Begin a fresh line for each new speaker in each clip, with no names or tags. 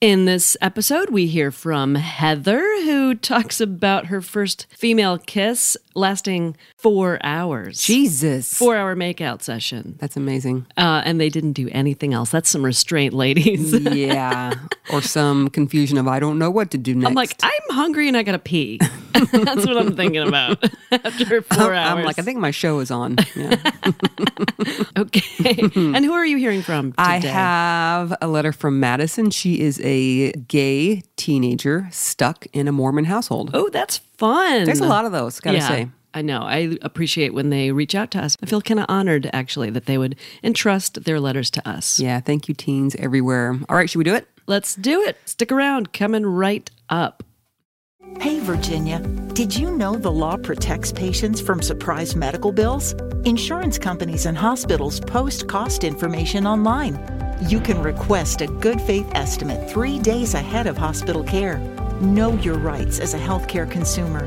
In this episode, we hear from Heather, who talks about her first female kiss lasting four hours.
Jesus.
Four hour makeout session.
That's amazing.
Uh, and they didn't do anything else. That's some restraint, ladies.
yeah. Or some confusion of I don't know what to do next.
I'm like, I'm hungry and I gotta pee. That's what I'm thinking about after 4 hours.
Oh, I'm like, I think my show is on. Yeah.
okay. and who are you hearing from today?
Hmm. I have a letter from Madison. She is a gay teenager stuck in a Mormon household.
Oh, that's fun.
There's a lot of those, gotta
Mm. yeah.
say.
I know. I appreciate when they reach out to us. I feel kind of honored, actually, that they would entrust their letters to us.
Yeah, thank you, teens everywhere. All right, should we do it?
Let's do it. Stick around. Coming right up.
Hey, Virginia, did you know the law protects patients from surprise medical bills? Insurance companies and hospitals post cost information online. You can request a good faith estimate three days ahead of hospital care. Know your rights as a healthcare consumer.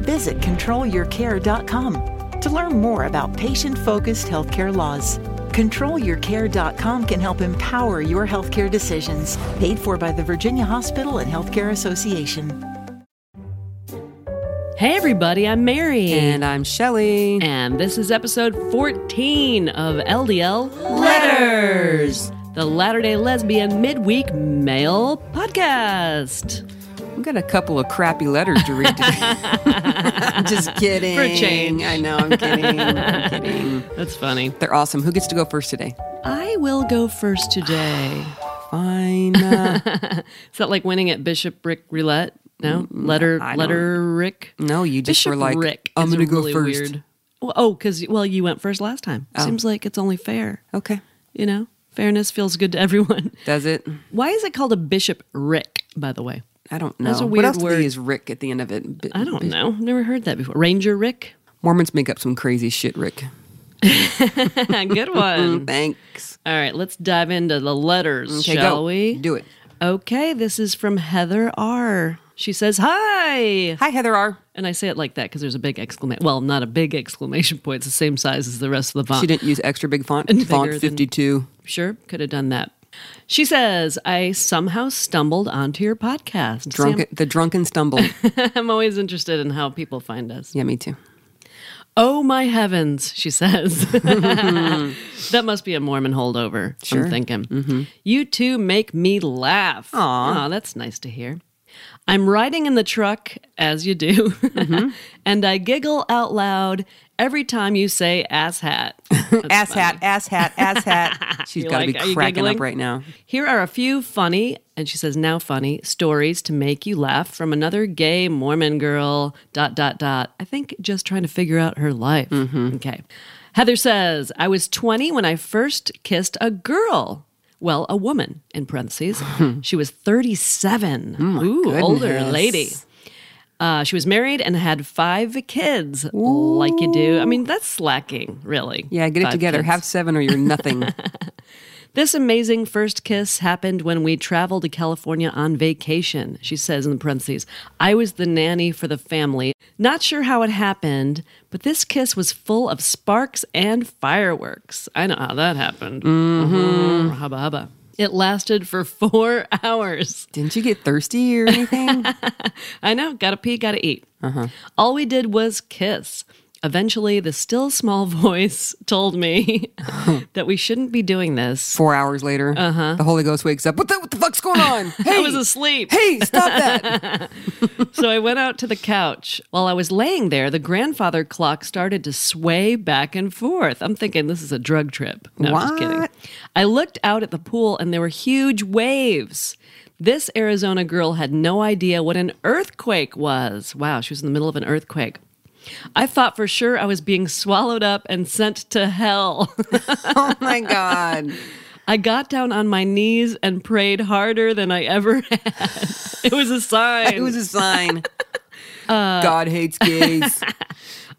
Visit controlyourcare.com to learn more about patient focused healthcare laws. ControlYourCare.com can help empower your healthcare decisions. Paid for by the Virginia Hospital and Healthcare Association.
Hey, everybody. I'm Mary.
And I'm Shelly.
And this is episode 14 of LDL Letters, the Latter day Lesbian Midweek Mail Podcast.
We've got a couple of crappy letters to read today. I'm just kidding.
For a change.
I know, I'm kidding. I'm kidding.
That's funny.
They're awesome. Who gets to go first today?
I will go first today.
Fine. Uh,
Is that like winning at Bishopric Roulette? No, letter
Mm, I don't-
letter Rick.
no, you just were like,
Rick
I'm
is
going to go
really
first. Oh.
Weird. Well, oh, because well, you went first last time. Seems like it's only fair.
Okay.
You know, fairness feels good to everyone.
Does it?
Why is it called a Bishop Rick? By the way,
I don't know.
That's a
what
weird
else do they
word.
use Rick at the end of it? Bi-
I don't know. Never heard that before. Ranger Rick.
Mormons make up some crazy shit, Rick.
good one.
Thanks.
All right, let's dive into the letters,
Okay,
shall
go.
we?
Do it.
Okay, this is from Heather R. She says, Hi!
Hi, Heather R.
And I say it like that because there's a big exclamation. Well, not a big exclamation point. It's the same size as the rest of the
She
font.
didn't use extra big font.
And Uh. bigger
Font
than-
52.
Sure, could have done that. She says, I somehow stumbled onto your podcast.
Drunken, the drunken stumble.
Sam, I'm always interested in how people find us.
yeah, me too.
Oh my heavens, she says. that must be a Mormon holdover, I'm thinking. You two make me laugh. Aw. that's nice to hear. I'm riding in the truck, as you do, and I giggle out loud every time you say ass hat.
ass hat, ass hat, ass hat. She's
You
got to
like- are
be
you
cracking
giggling?
up right now.
Here are a few funny, and she says now funny, stories to make you laugh from another gay Mormon girl, dot, dot, dot. I think just trying to figure out her life.
Mm-hmm.
Okay. Heather says, I was 20 when I first kissed a girl. Well, a woman, in parentheses. she was 37. Ooh, older
Oh goodness.
lady. Uh, she was married and had five kids, like you do. I mean, that's slacking, really.
Yeah, get it
Five
together.
kids.
Have seven or you're nothing.
This amazing first kiss happened when we traveled to California on vacation, she says in parentheses. I was the nanny for the family. Not sure how it happened, but this kiss was full of sparks and fireworks. I know how that happened.
Mm-hmm.
Mhm. Hubba hubba. It lasted for four hours.
Didn't you get thirsty or anything?
I know, gotta pee, gotta eat.
Uh-huh.
All we did was kiss. Eventually, the still small voice told me that we shouldn't be doing this.
Four hours later, uh-huh. the Holy Ghost wakes up. What the, what the fuck's going on? Hey,
I was asleep.
hey, stop that.
So I went out to the couch. While I was laying there, the grandfather clock started to sway back and forth. I'm thinking this is a drug trip. No, I'm just kidding.
What?
I looked out at the pool and there were huge waves. This Arizona girl had no idea what an earthquake was. Wow, she was in the middle of an earthquake. I thought for sure I was being swallowed up and sent to hell.
oh my God.
I got down on my knees and prayed harder than I ever had. It was a sign.
It was a sign.
Uh,
God hates gays.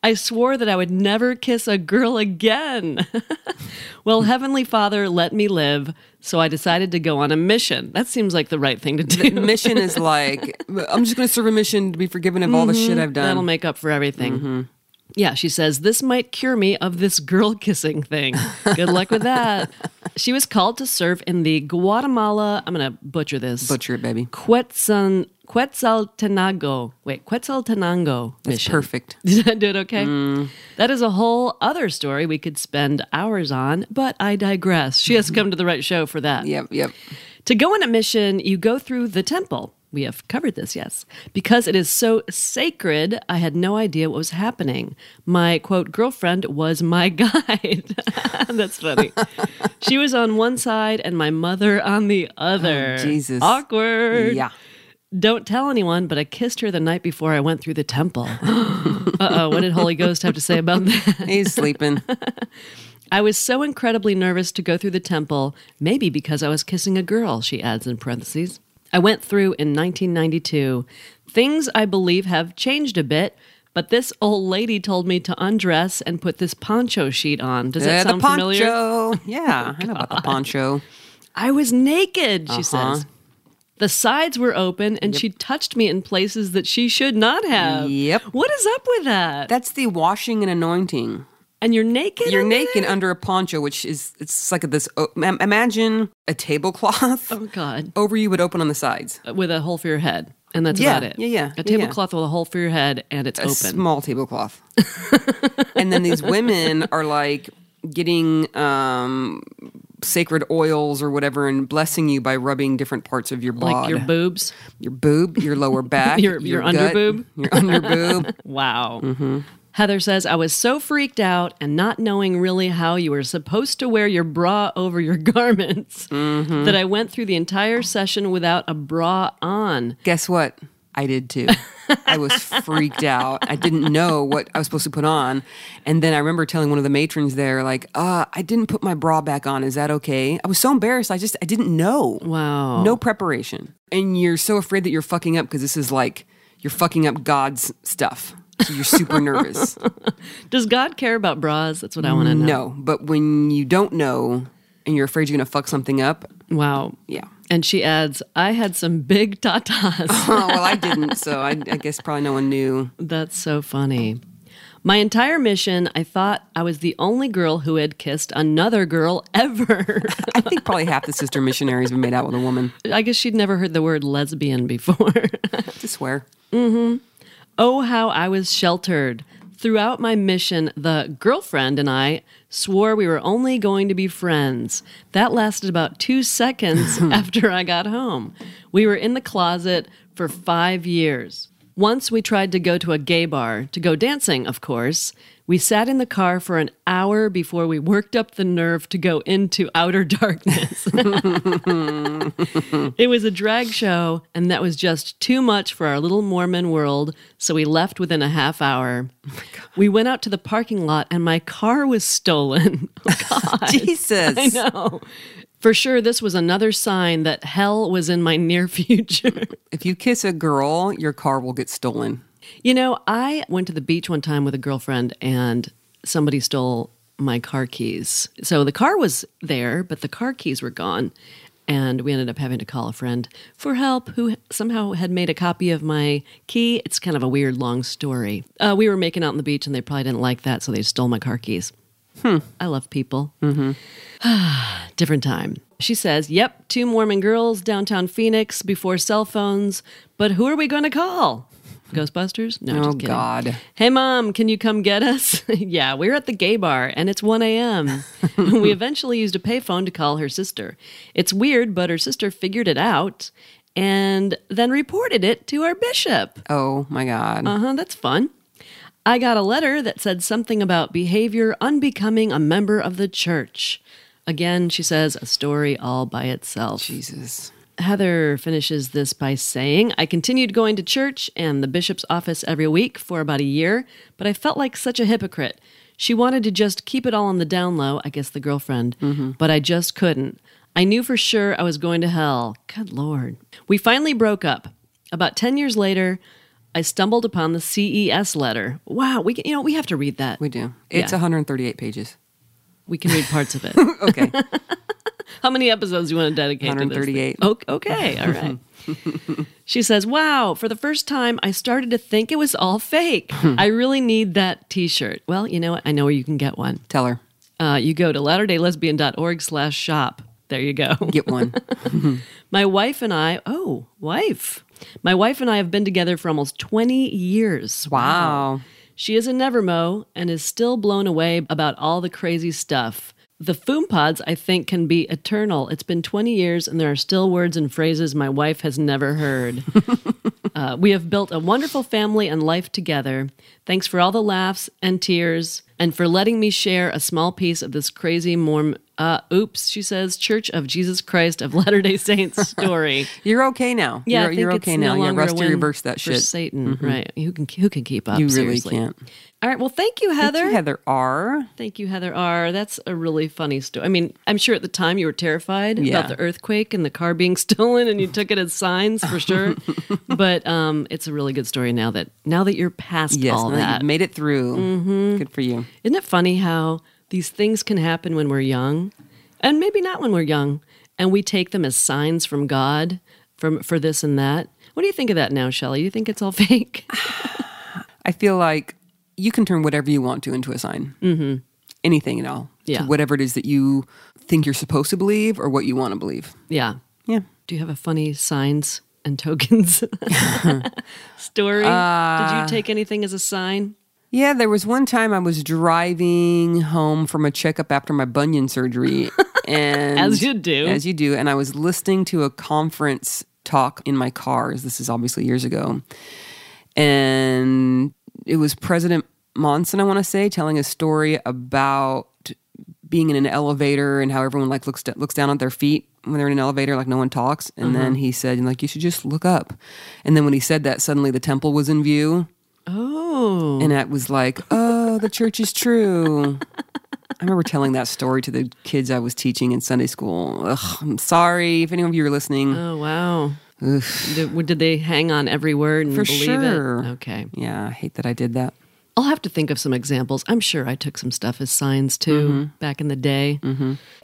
I swore that I would never kiss a girl again. well, Heavenly Father let me live, so I decided to go on a mission. That seems like the right thing to do.
Mission is
Mm-hmm.
like, I'm just going to serve a mission to be forgiven of all the shit I've done.
That'll make up for everything. Yeah, she says, This might cure me of this girl kissing thing. Good luck with that. She was called to serve in the Guatemala, I'm going to butcher this.
Butcher it, baby.
Quetzal, Quetzaltenango. Wait, Quetzaltenango
It's
mission.
perfect.
Did I do it okay?
Mm.
That is a whole other story we could spend hours on, but I digress. She has come to the right show for that.
Yep, yep.
To go on a mission, you go through the temple. We have covered this, yes. Because it is so sacred, I had no idea what was happening. My quote, girlfriend was my guide. That's funny. she was on one side and my mother on the other.
Oh, Jesus.
Awkward.
Yeah.
Don't tell anyone, but I kissed her the night before I went through the temple. uh oh, what did Holy Ghost have to say about that?
He's sleeping.
I was so incredibly nervous to go through the temple, maybe because I was kissing a girl, she adds in parentheses. I went through in 1992. Things I believe have changed a bit, but this old lady told me to undress and put this poncho sheet on. Does that
Yeah, Uh, the
sound
poncho.
familiar?
Yeah, I know about the poncho.
I was naked, she
Uh-huh.
says. The sides were open and she touched me in places that she should not have.
Yep.
What is up with that?
That's the washing and anointing.
and you're naked?
You're
under
naked
there?
under a poncho, which is it's like this. o- im- Imagine a tablecloth
Oh, God.
over you, but open on the sides.
with a hole for your head. And that's
Yeah,
about it.
yeah, yeah,
A
yeah.
tablecloth with a hole for your head and it's
A
open.
small tablecloth. and then these women are like getting um, sacred oils or whatever and blessing you by rubbing different parts of your
like
body,
your boobs.
your boob, your lower back,
Your- your
gut,
underboob.
your underboob.
Wow.
Mm-hmm.
Heather says, I was so freaked out and not knowing really how you were supposed to wear your bra over your garments
Mm-hmm.
that I went through the entire session without a bra on.
Guess what? I did too. I was freaked out. I didn't know what I was supposed to put on. And then I remember telling one of the matrons there, like, uh, I didn't put my bra back on. Is that okay? I was so embarrassed. I just, I didn't know.
Wow.
No preparation. And you're so afraid that you're fucking up because this is like, you're fucking up God's stuff. So you're super nervous.
Does God care about bras? That's what I want to know.
No, but when you don't know and you're afraid you're going to fuck something up,
Wow.
yeah.
And she adds, I had some big tatas.
Oh, well, I didn't. So I, I guess probably no one knew.
That's so funny. My entire mission, I thought I was the only girl who had kissed another girl ever.
I think probably half the sister missionaries have been made out with a woman.
I guess she'd never heard the word lesbian before.
To swear.
oh, how I was sheltered. Throughout my mission, the girlfriend and I swore we were only going to be friends. That lasted about two seconds after I got home. We were in the closet for five years. Once we tried to go to a gay bar to go dancing, of course. We sat in the car for an hour before we worked up the nerve to go into outer darkness. It was a drag show, and that was just too much for our little Mormon world, so we left within a half hour. we went out to the parking lot, and my car was stolen. Oh, God.
Jesus.
I know. For sure, this was another sign that hell was in my near future.
If you kiss a girl, your car will get stolen.
you know, I went to the beach one time with a girlfriend, and somebody stole my car keys. So the car was there, but the car keys were gone. And we ended up having to call a friend for help who somehow had made a copy of my key. It's kind of a weird long story. Uh, we were making out on the beach and they probably didn't like that, so they stole my car keys. I love people.
Mm-hmm.
Different time. She says, Yep, two Mormon girls, downtown Phoenix, before cell phones. But who are we going to call? Ghostbusters? No,
oh,
just kidding.
God.
Hey, mom, can you come get us? yeah, we're at the gay bar and it's 1 a.m. we eventually used a payphone to call her sister. It's weird, but her sister figured it out and then reported it to our bishop.
Oh, my God.
Uh huh, that's fun. I got a letter that said something about behavior unbecoming a member of the church. Again, she says, a story all by itself.
Jesus.
Heather finishes this by saying, I continued going to church and the bishop's office every week for about a year, but I felt like such a hypocrite. She wanted to just keep it all on the down low, I guess the girlfriend, but I just couldn't. I knew for sure I was going to hell. Good Lord. We finally broke up. About 10 years later, I stumbled upon the CES letter. Wow, we can, you know, we have to read that.
We
We,
do. It's
Yeah.
138 pages.
can read parts of it.
Okay.
How many episodes do you want to dedicate to this?
138.
O- Okay, all right. she says, Wow, for the first time, I started to think it was all fake. I really need that t shirt. Well, you know what? I know where you can get one.
Tell her,
Uh, you go to latterdaylesbian.org slash shop. There you go.
get one.
My wife and I, oh, wife. My wife and I have been together for almost 20 years.
wow.
She is a Nevermo and is still blown away about all the crazy stuff. The Foom Pods, I think, can be eternal. It's been 20 years and there are still words and phrases my wife has never heard. uh, we have built a wonderful family and life together. Thanks for all the laughs and tears and for letting me share a small piece of this crazy Mormon, uh, oops, she says, Church of Jesus Christ of Latter day Saints story.
You're okay now.
Yeah, I
you're,
think
you're
it's
okay
no
now.
longer
yeah,
a
Rusty
win Mm-hmm.
reversed that
for
shit.
Satan, right? Who can who can keep up?
You really
Seriously.
can't.
All right. Well, thank you, Heather.
Thank you, Heather R.
Thank you, Heather R. That's a really funny story. I mean, I'm sure at the time you were terrified
Yeah.
about the earthquake and the car being stolen, and you took it as signs for sure. but um, it's a really good story now that now that you're past
Yes,
all
now that
that. Mm-hmm.
you've made it through. Good for you.
Isn't it funny how these things can happen when we're young, and maybe not when we're young, and we take them as signs from God from for this and that. What do you think of that now, Shelley? You think it's all fake?
Ah. I feel like you can turn whatever you want to into a sign. Mm-hmm. Anything at all.
Yeah.
To whatever it is that you think you're supposed to believe or what you want to believe.
yeah.
Yeah.
Do you have a funny signs and tokens Uh, story? Did you take anything as a sign?
Yeah, there was one time I was driving home from a checkup after my bunion surgery. And
As you do.
As you do. And I was listening to a conference talk in my car. This is obviously years ago. And it was President Monson, I want to say, telling a story about being in an elevator and how everyone like looks looks down at their feet when they're in an elevator, like no one talks. And
Mm-hmm.
then he said, like, you should just look up. And then when he said that, suddenly the temple was in view.
Oh,
And I was like, oh, the church is true. I remember telling that story to the kids I was teaching in Sunday school. Ugh, I'm sorry if any of you are listening.
oh wow. Did, did they hang on every word and
For
believe
sure.
it? Okay.
Yeah, I hate that I did that.
I'll have to think of some examples. I'm sure I took some stuff as signs too back in the day.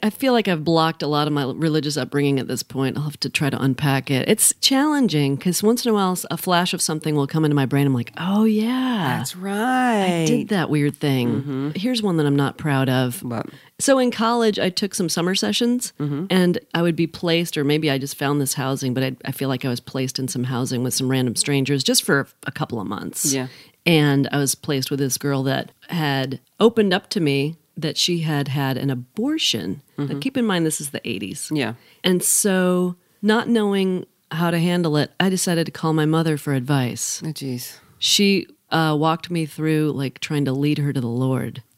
I feel like I've blocked a lot of my religious upbringing at this point. I'll have to try to unpack it. It's challenging because once in a while, a flash of something will come into my brain. I'm like, oh, yeah.
right. Mm-hmm.
did that weird thing. Here's one that I'm not proud of.
What?
So in college, I took some summer sessions,
Mm-hmm.
and I would be placed, or maybe I just found this housing, but I, I feel like I was placed in some housing with some random strangers just for a couple of months.
Yeah.
And I was placed with this girl that had opened up to me that she had had an abortion. Now, keep in mind, this is the 80s.
Mm-hmm. Yeah.
And so, not knowing how to handle it, I decided to call my mother for advice
Oh, jeez.
she uh, walked me through like trying to lead her to the Lord.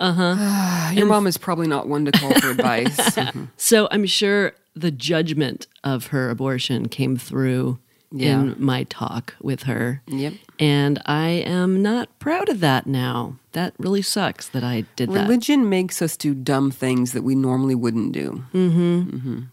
Your mom is probably not one to call for advice. Mhm.
So I'm sure the judgment of her abortion came through
Yeah.
in my talk with her.
Yep.
And I am not proud of that now. That really sucks that I did that.
Religion makes us do dumb things that we normally wouldn't do.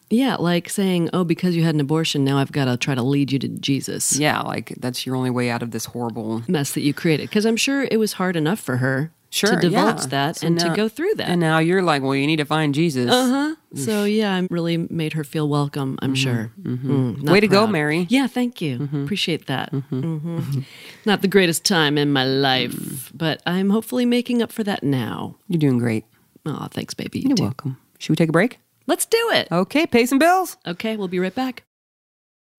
Yeah, like saying, oh, because you had an abortion, now I've got to try to lead you to Jesus.
Yeah, like that's your only way out of this horrible.
Mess that you created. Because I'm sure it was hard enough for her
Sure,
to divulge
yeah.
that
So
and
now-
to go through that.
And now you're like, well, you need to find Jesus.
Uh-huh. So yeah, I really made her feel welcome. I'm sure. Mm, not
Mm-hmm. Way to go,
proud.
Mary. Mm-hmm.
Yeah, thank you. Appreciate that. Mhm. Not the greatest time in my life,
Mm.
but I'm hopefully making up for that now.
You're doing great.
Oh, thanks, baby. You
You're
too.
welcome. Should we take a break?
Let's do it.
Okay, pay some bills.
Okay, we'll be right back.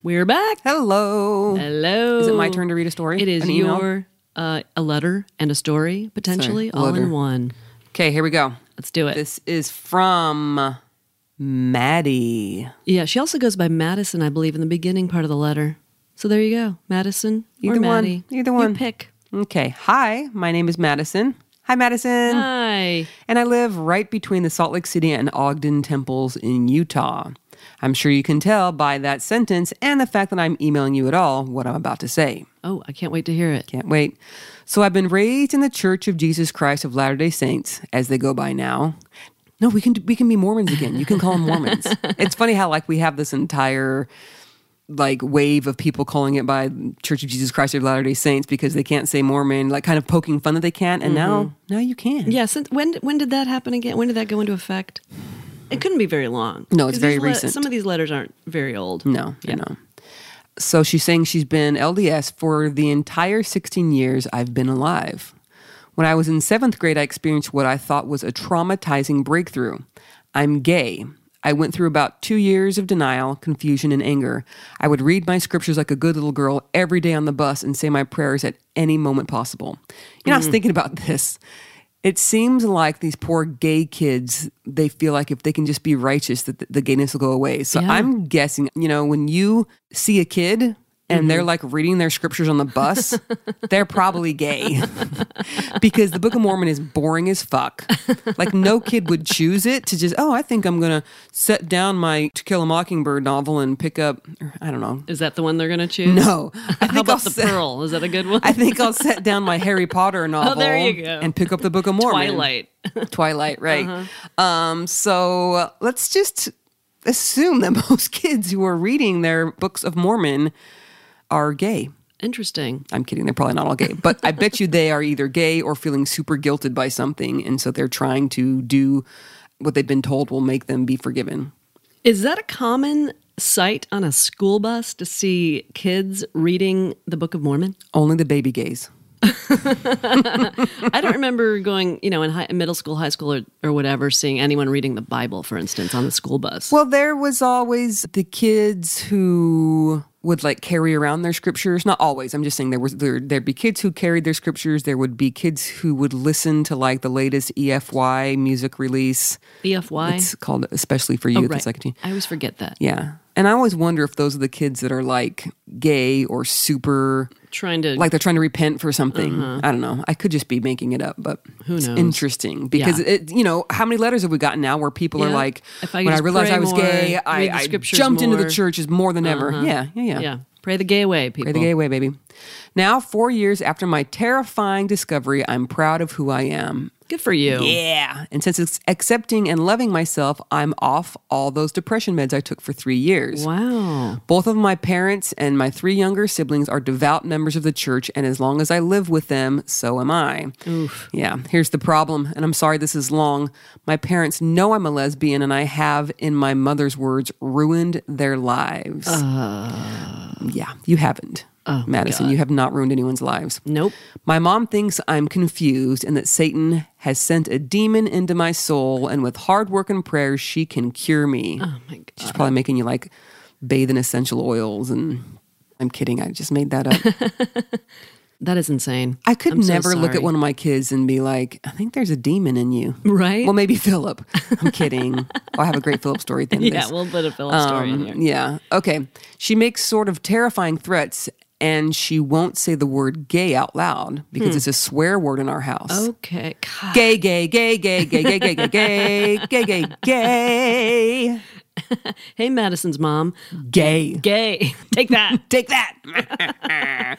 We're back.
Hello.
Hello.
Is it my turn to read a story?
It is
An email?
your uh, a letter and a story potentially all
letter.
in one.
Okay, here we go.
Let's do it.
This is from Maddie.
Yeah, she also goes by Madison, I believe, in the beginning part of the letter. So there you go, Madison or
Either one.
Maddie.
Either one.
You pick.
Okay. Hi, my name is Madison. Hi, Madison.
Hi.
and I live right between the Salt Lake City and Ogden temples in Utah. I'm sure you can tell by that sentence and the fact that I'm emailing you at all what I'm about to say.
Oh, I can't wait to hear it.
Can't wait. So I've been raised in the Church of Jesus Christ of Latter-day Saints, as they go by now. No, we can we can be Mormons again. You can call them Mormons. it's funny how like we have this entire like wave of people calling it by Church of Jesus Christ of Latter Day Saints because they can't say Mormon, like kind of poking fun that they can't, and now now you can.
Yeah, since when when did that happen again? When did that go into effect? It couldn't be very long.
No, it's
'Cause these
very recent.
Some of these letters aren't very old.
No, you know. So she's saying she's been LDS for the entire 16 years I've been alive. When I was in seventh grade, I experienced what I thought was a traumatizing breakthrough. I'm gay. I went through about two years of denial, confusion, and anger. I would read my scriptures like a good little girl every day on the bus and say my prayers at any moment possible. You know, I was thinking about this. It seems like these poor gay kids, they feel like if they can just be righteous, that the- the gayness will go away. So I'm guessing, you know, when you see a kid and
Mm-hmm.
they're like reading their scriptures on the bus, they're probably gay because the Book of Mormon is boring as fuck. Like, no kid would choose it to just, oh, I think I'm going to set down my To Kill a Mockingbird novel and pick up, I don't know.
Is that the one they're going to choose?
No. I think
How
I'll
about the
set-
pearl? Is that a good one?
I think I'll set down my Harry Potter novel
Oh, there you go.
and pick up the Book of Mormon.
Twilight.
Twilight, right. Um, so uh, let's just assume that most kids who are reading their books of Mormon are gay.
Interesting.
I'm kidding, they're probably not all gay, but I bet you they are either gay or feeling super guilted by something. And so they're trying to do what they've been told will make them be forgiven.
Is that a common sight on a school bus to see kids reading the Book of Mormon?
Only the baby gays.
I don't remember going, you know, in high, middle school, high school, or, or whatever, seeing anyone reading the Bible, for instance, on the school bus.
Well, there was always the kids who would like carry around their scriptures. Not always. I'm just saying there was there there'd be kids who carried their scriptures. There would be kids who would listen to like the latest EFY music release.
EFY.
It's called especially for youth. It's
Oh, right.
like a teen-
I always forget that.
yeah. And I always wonder if those are the kids that are like gay or super
Trying to
like they're trying to repent for something. I don't know. I could just be making it up, but
Uh-huh. Who
it's
knows?
interesting because
Yeah.
it, you know, how many letters have we gotten now where people are
Yeah.
like,
If I
when I
just
realized
pray
I was
more,
gay, I,
read the
I
scriptures
jumped into the
more." Uh-huh.
churches more than ever. Yeah, yeah, yeah.
yeah. pray the gay away, people.
Pray the gay away, baby. Now, four years after my terrifying discovery, I'm proud of who I am.
Good for you.
Yeah. And since it's accepting and loving myself, I'm off all those depression meds I took for three years.
Wow.
Both of my parents and my three younger siblings are devout members of the church, and as long as I live with them, so am I. Oof. Yeah, here's the problem, and I'm sorry this is long. My parents know I'm a lesbian, and I have, in my mother's words, ruined their lives. yeah, you haven't, Madison. You have not ruined anyone's lives.
Nope.
My mom thinks I'm confused and that Satan has sent a demon into my soul, and with hard work and prayer, she can cure me.
Oh my God.
She's probably making you like bathe in essential oils and I'm kidding. I just made that up.
That is insane.
I could
I'm so
never look at
sorry.
one of my kids and be like, I think there's a demon in you.
Right?
Well, maybe Philip. I'm kidding. oh, I have a great Philip story at the end of
yeah,
this.
we'll put a Philip story in
Um,
here.
Yeah. Okay. She makes sort of terrifying threats and she won't say the word gay out loud because
Hmm.
it's a swear word in our house.
Okay. God.
Gay, gay, gay, gay, gay, gay, gay, gay, gay, gay, gay, gay,
Hey, Madison's mom.
gay.
Gay. Take that.
Take that.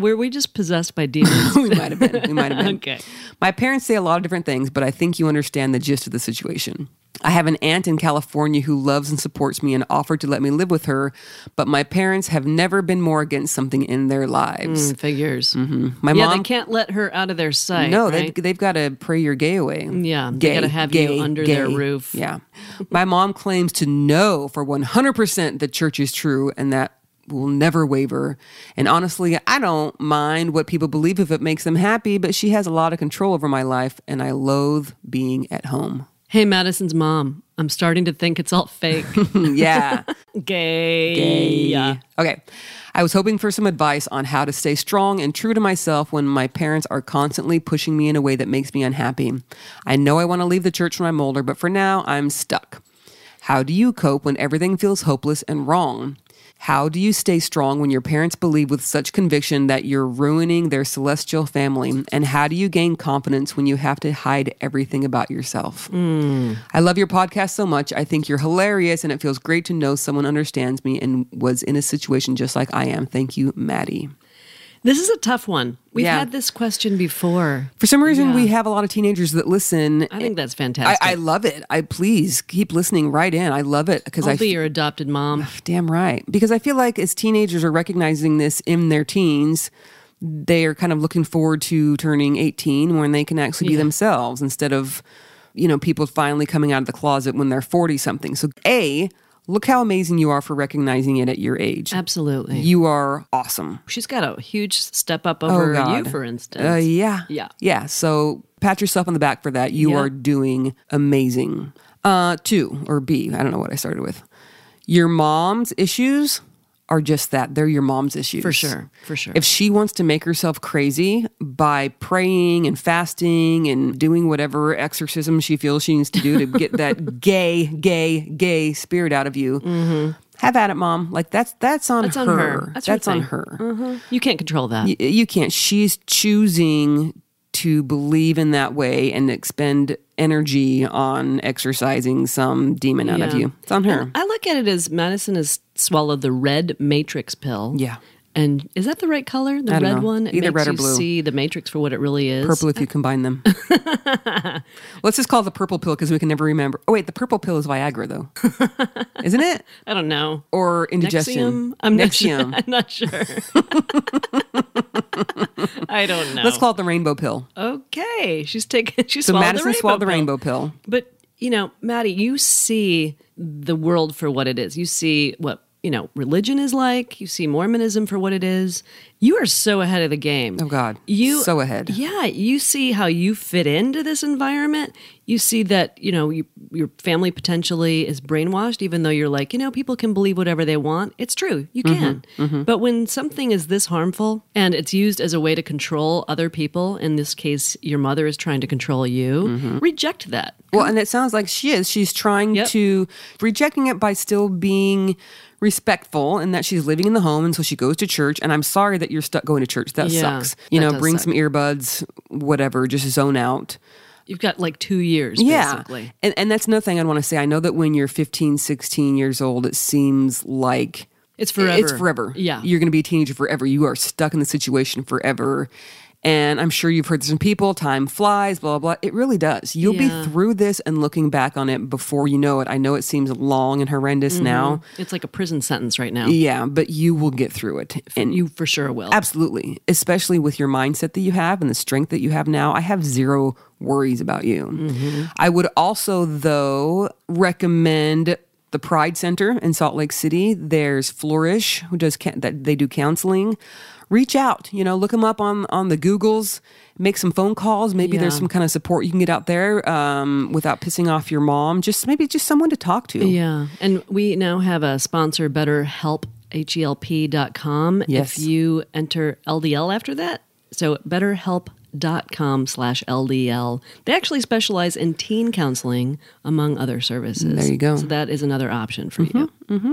Were we just possessed by demons?
we might have been. We might have been.
okay.
My parents say a lot of different things, but I think you understand the gist of the situation. I have an aunt in California who loves and supports me and offered to let me live with her, but my parents have never been more against something in their lives.
Mm, Figures.
My
Yeah,
Mm-hmm. mom
they can't let her out of their sight.
no,
right?
they've, they've got to pray your gay away.
Yeah, they
gay,
gotta have you
gay,
under
gay.
their roof.
Yeah. My mom claims to know for 100% the church is true and that will never waver. And honestly, I don't mind what people believe if it makes them happy, but she has a lot of control over my life and I loathe being at home.
Hey, Madison's mom. I'm starting to think it's all fake.
yeah.
Gay. Yeah.
Okay. I was hoping for some advice on how to stay strong and true to myself when my parents are constantly pushing me in a way that makes me unhappy. I know I want to leave the church when I'm older, but for now, I'm stuck. How do you cope when everything feels hopeless and wrong? How do you stay strong when your parents believe with such conviction that you're ruining their celestial family? And how do you gain confidence when you have to hide everything about yourself? I love your podcast so much. I think you're hilarious, and it feels great to know someone understands me and was in a situation just like I am. Thank you, Maddie.
This is a tough one. We've
Yeah.
had this question before.
For some reason,
Yeah.
we have a lot of teenagers that listen.
I think that's
I,
fantastic.
I love it. I please keep listening right in. I love it because
will
I
be
f-
your adopted mom.
damn right because I feel like as teenagers are recognizing this in their teens, they are kind of looking forward to turning eighteen when they can actually be themselves instead of you know people finally coming out of the closet when they're forty something. So a look how amazing you are for recognizing it at your age.
Absolutely.
You are awesome.
She's got a huge step up over you,
Oh, God.
for instance.
Uh, yeah.
Yeah.
Yeah. So pat yourself on the back for that. You
Yeah.
are doing amazing. Uh, two or B. I don't know what I started with. Your mom's issues are just that. They're your mom's issues.
For sure. For sure.
If she wants to make herself crazy by praying and fasting and doing whatever exorcism she feels she needs to do to get that gay, gay, gay spirit out of you, have at it, mom. Like that's that's
Mm-hmm.
on
That's on
her.
her. That's her
on
thing.
her
Uh-huh. you can't control that.
y- you can't she's choosing to believe in that way and expend energy on exercising some demon out of
Yeah.
you it's on her
I look at it as Madison has swallowed the red matrix pill.
Yeah.
And is that the right color? The
I don't
red
know.
one? It
Either
makes
red or
you
blue.
see the matrix for what it really is.
purple if you combine them let's just call it the purple pill because we can never remember oh wait the purple pill is viagra though isn't it
I don't know.
or indigestion
Nexium? I'm not sure.
Nexium.
I'm not sure. I don't know.
let's call it the rainbow pill
Okay, she's taking. She's
so madison swallowed the
pill.
rainbow pill
But you know, Maddie, you see the world for what it is. You see what you know religion is like. You see Mormonism for what it is. You are so ahead of the game.
Oh, God.
you
So ahead.
Yeah, you see how you fit into this environment. You see that you know you, your family potentially is brainwashed, even though you're like you know people can believe whatever they want. It's true, you
Mm-hmm,
can. But when something is this harmful and it's used as a way to control other people, in this case, your mother is trying to control you.
Mm-hmm.
Reject that.
Well, and it sounds like she is. She's trying
Yep.
to rejecting it by still being respectful and that she's living in the home and so she goes to church and I'm sorry that you're stuck going to church. That
Yeah,
sucks. You
that
know,
does
bring
suck.
some earbuds, whatever, just zone out.
You've got like two years,
Yeah.
basically.
And and that's another thing I want to say. I know that when you're 15, 16 years old, it seems like
It's forever.
It's forever.
Yeah.
You're going to be a teenager forever. You are stuck in the situation forever. And I'm sure you've heard this from people time flies, blah, blah, blah. It really does. You'll
Yeah.
be through this and looking back on it before you know it. I know it seems long and horrendous
Mm-hmm.
now.
It's like a prison sentence right now.
Yeah, but you will get through it. And
You for sure will.
absolutely, especially with your mindset that you have and the strength that you have now, I have zero worries about you.
Mm-hmm.
I would also, though, recommend the Pride Center in Salt Lake City. There's Flourish, who does ca- that. They do counseling. Reach out, you know, look them up on on the Googles. Make some phone calls. Maybe there's
Yeah.
some kind of support you can get out there um, without pissing off your mom. Just maybe just someone to talk to.
Yeah. And we now have a sponsor, BetterHelp, E H-E-L-P.com. If
Yes.
you enter LDL after that, so betterhelp.com slash LDL. They actually specialize in teen counseling, among other services.
There you go.
So that is another option for you. Mm-hmm.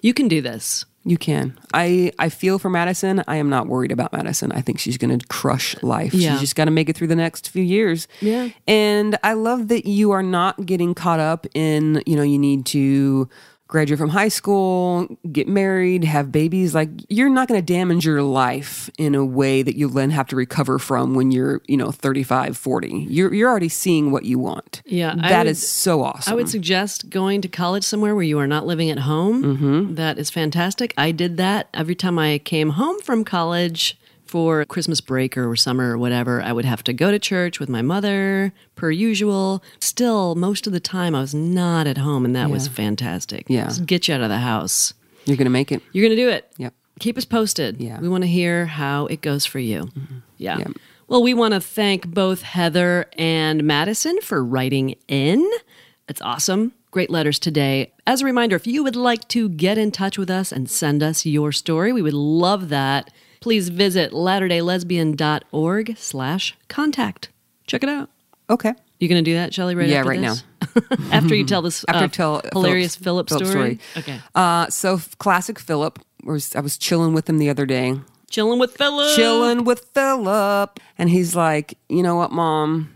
You can do this.
You can. I I feel for Madison. I am not worried about Madison. I think she's going to crush life.
Yeah.
She's just got to make it through the next few years.
Yeah.
And I love that you are not getting caught up in, you know, you need to graduate from high school, get married, have babies. Like you're not going to damage your life in a way that you'll then have to recover from when you're, you know, 35, 40. You're you're already seeing what you want.
Yeah, I
that
would-
is so awesome.
I would suggest going to college somewhere where you are not living at home.
Mm-hmm.
That is fantastic. I did that every time I came home from college for Christmas break or summer or whatever. I would have to go to church with my mother per usual. Still, most of the time I was not at home, and that was fantastic.
Yeah.
Just get you out of the house.
you're going to make it.
You're going to do it.
Yep.
Keep us posted.
Yeah. Mm-hmm.
We want to hear how it goes for you. Yeah.
Yeah.
Well, we want to thank both Heather and Madison for writing in. It's awesome. Great letters today. As a reminder, if you would like to get in touch with us and send us your story, we would love that. Please visit latterdaylesbian.org slash contact. Check it out.
Okay.
You going to do that, Shelley? Right
Yeah,
after
right
this? after you tell this
after
uh,
tell
hilarious Philip, story. Okay,
Uh, so f- classic Philip. Was, I was chilling with him the other day,
chilling with Philip.
chilling with Philip, and he's like, "You know what, Mom?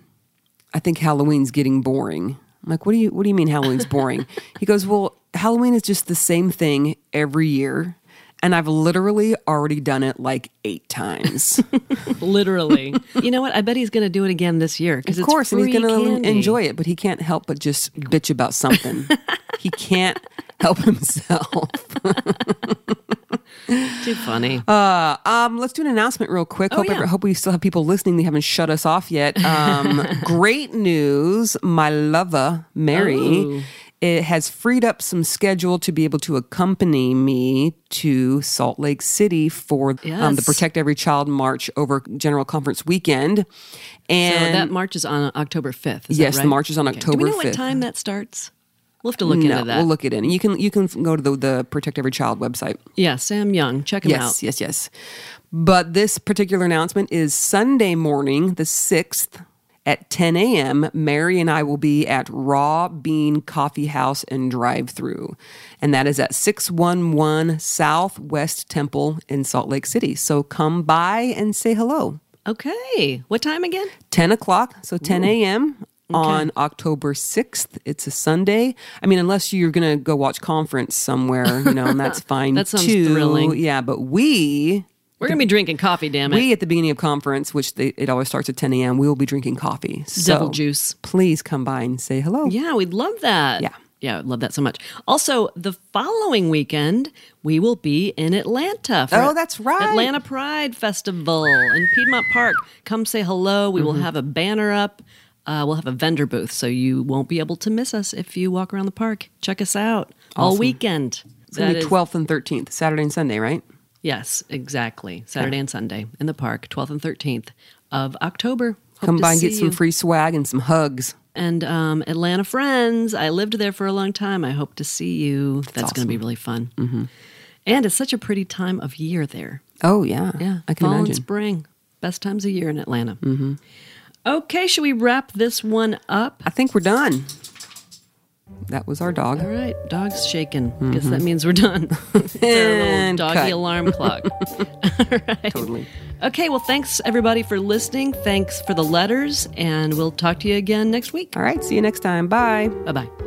I think Halloween's getting boring." I'm like, "What do you What do you mean Halloween's boring?" he goes, "Well, Halloween is just the same thing every year." And I've literally already done it like eight times.
Literally. you know what? I bet he's going to do it again this year because
of course, and he's going to enjoy it, but he can't help but just bitch about something. he can't help himself.
Too funny.
Um, let's do an announcement real quick. hope,
Oh, yeah.
every- hope we still have people listening. They haven't shut us off yet. Um, great news. My lover, Mary,
Ooh.
it has freed up some schedule to be able to accompany me to Salt Lake City for um, the
Yes.
Protect Every Child March over General Conference weekend.
so
And
that march is on October 5th. Is that
Yes, the
right?
march is on
Okay. Do
October
we know what
5th.
time that starts? We'll have to look
no,
into that.
we'll look it in. You can you can go to the, the Protect Every Child website.
yeah, Sam Young. Check him
Yes, yes, yes. But this particular announcement is Sunday morning, the 6th at 10 a.m. Mary and I will be at Raw Bean Coffee House and Drive Through. And that is at 611 Southwest Temple in Salt Lake City. So come by and say hello.
out. Okay. What time again?
10 o'clock, so 10 a.m. on October 6th. It's a Sunday. I mean, unless you're going to go watch conference somewhere, you know, and that's fine
That sounds
too.
thrilling.
Yeah, but we
We're going to be drinking coffee, damn it.
we at the beginning of conference, which they, it always starts at 10 a.m., we will be drinking coffee. So
Devil juice.
Please come by and say hello.
Yeah, we'd love that.
Yeah.
Yeah, I'd love that so much. Also, the following weekend, we will be in Atlanta. for
Oh, that's right.
Atlanta Pride Festival in Piedmont Park. Come say hello. We
Mm-hmm.
will have a banner up. Uh, we'll have a vendor booth, so you won't be able to miss us if you walk around the park. Check us out all weekend.
It's going to
That
be
is-
12th and 13th, Saturday and Sunday, right?
Yes, exactly. Saturday and Sunday in the park, 12th and 13th of October. Hope
Come
to
by and
see
get some
you.
free swag and some hugs.
and um, Atlanta friends. I lived there for a long time. I hope to see you. That's, going to be really fun. Mm-hmm. And it's such a pretty time of year there.
Oh, yeah.
Yeah,
I can
fall
imagine.
and spring, best times of year in Atlanta. Mm-hmm. Okay, should we wrap this one up?
I think we're done. That was our dog.
All right, dog's shaking. Guess that means we're done. it's our little
Mm-hmm. And
doggy
cut.
alarm clock.
Totally.
okay, well, thanks everybody for listening. Thanks for the letters, and we'll talk to you again next week.
All right. See you next time. Bye.
Bye bye.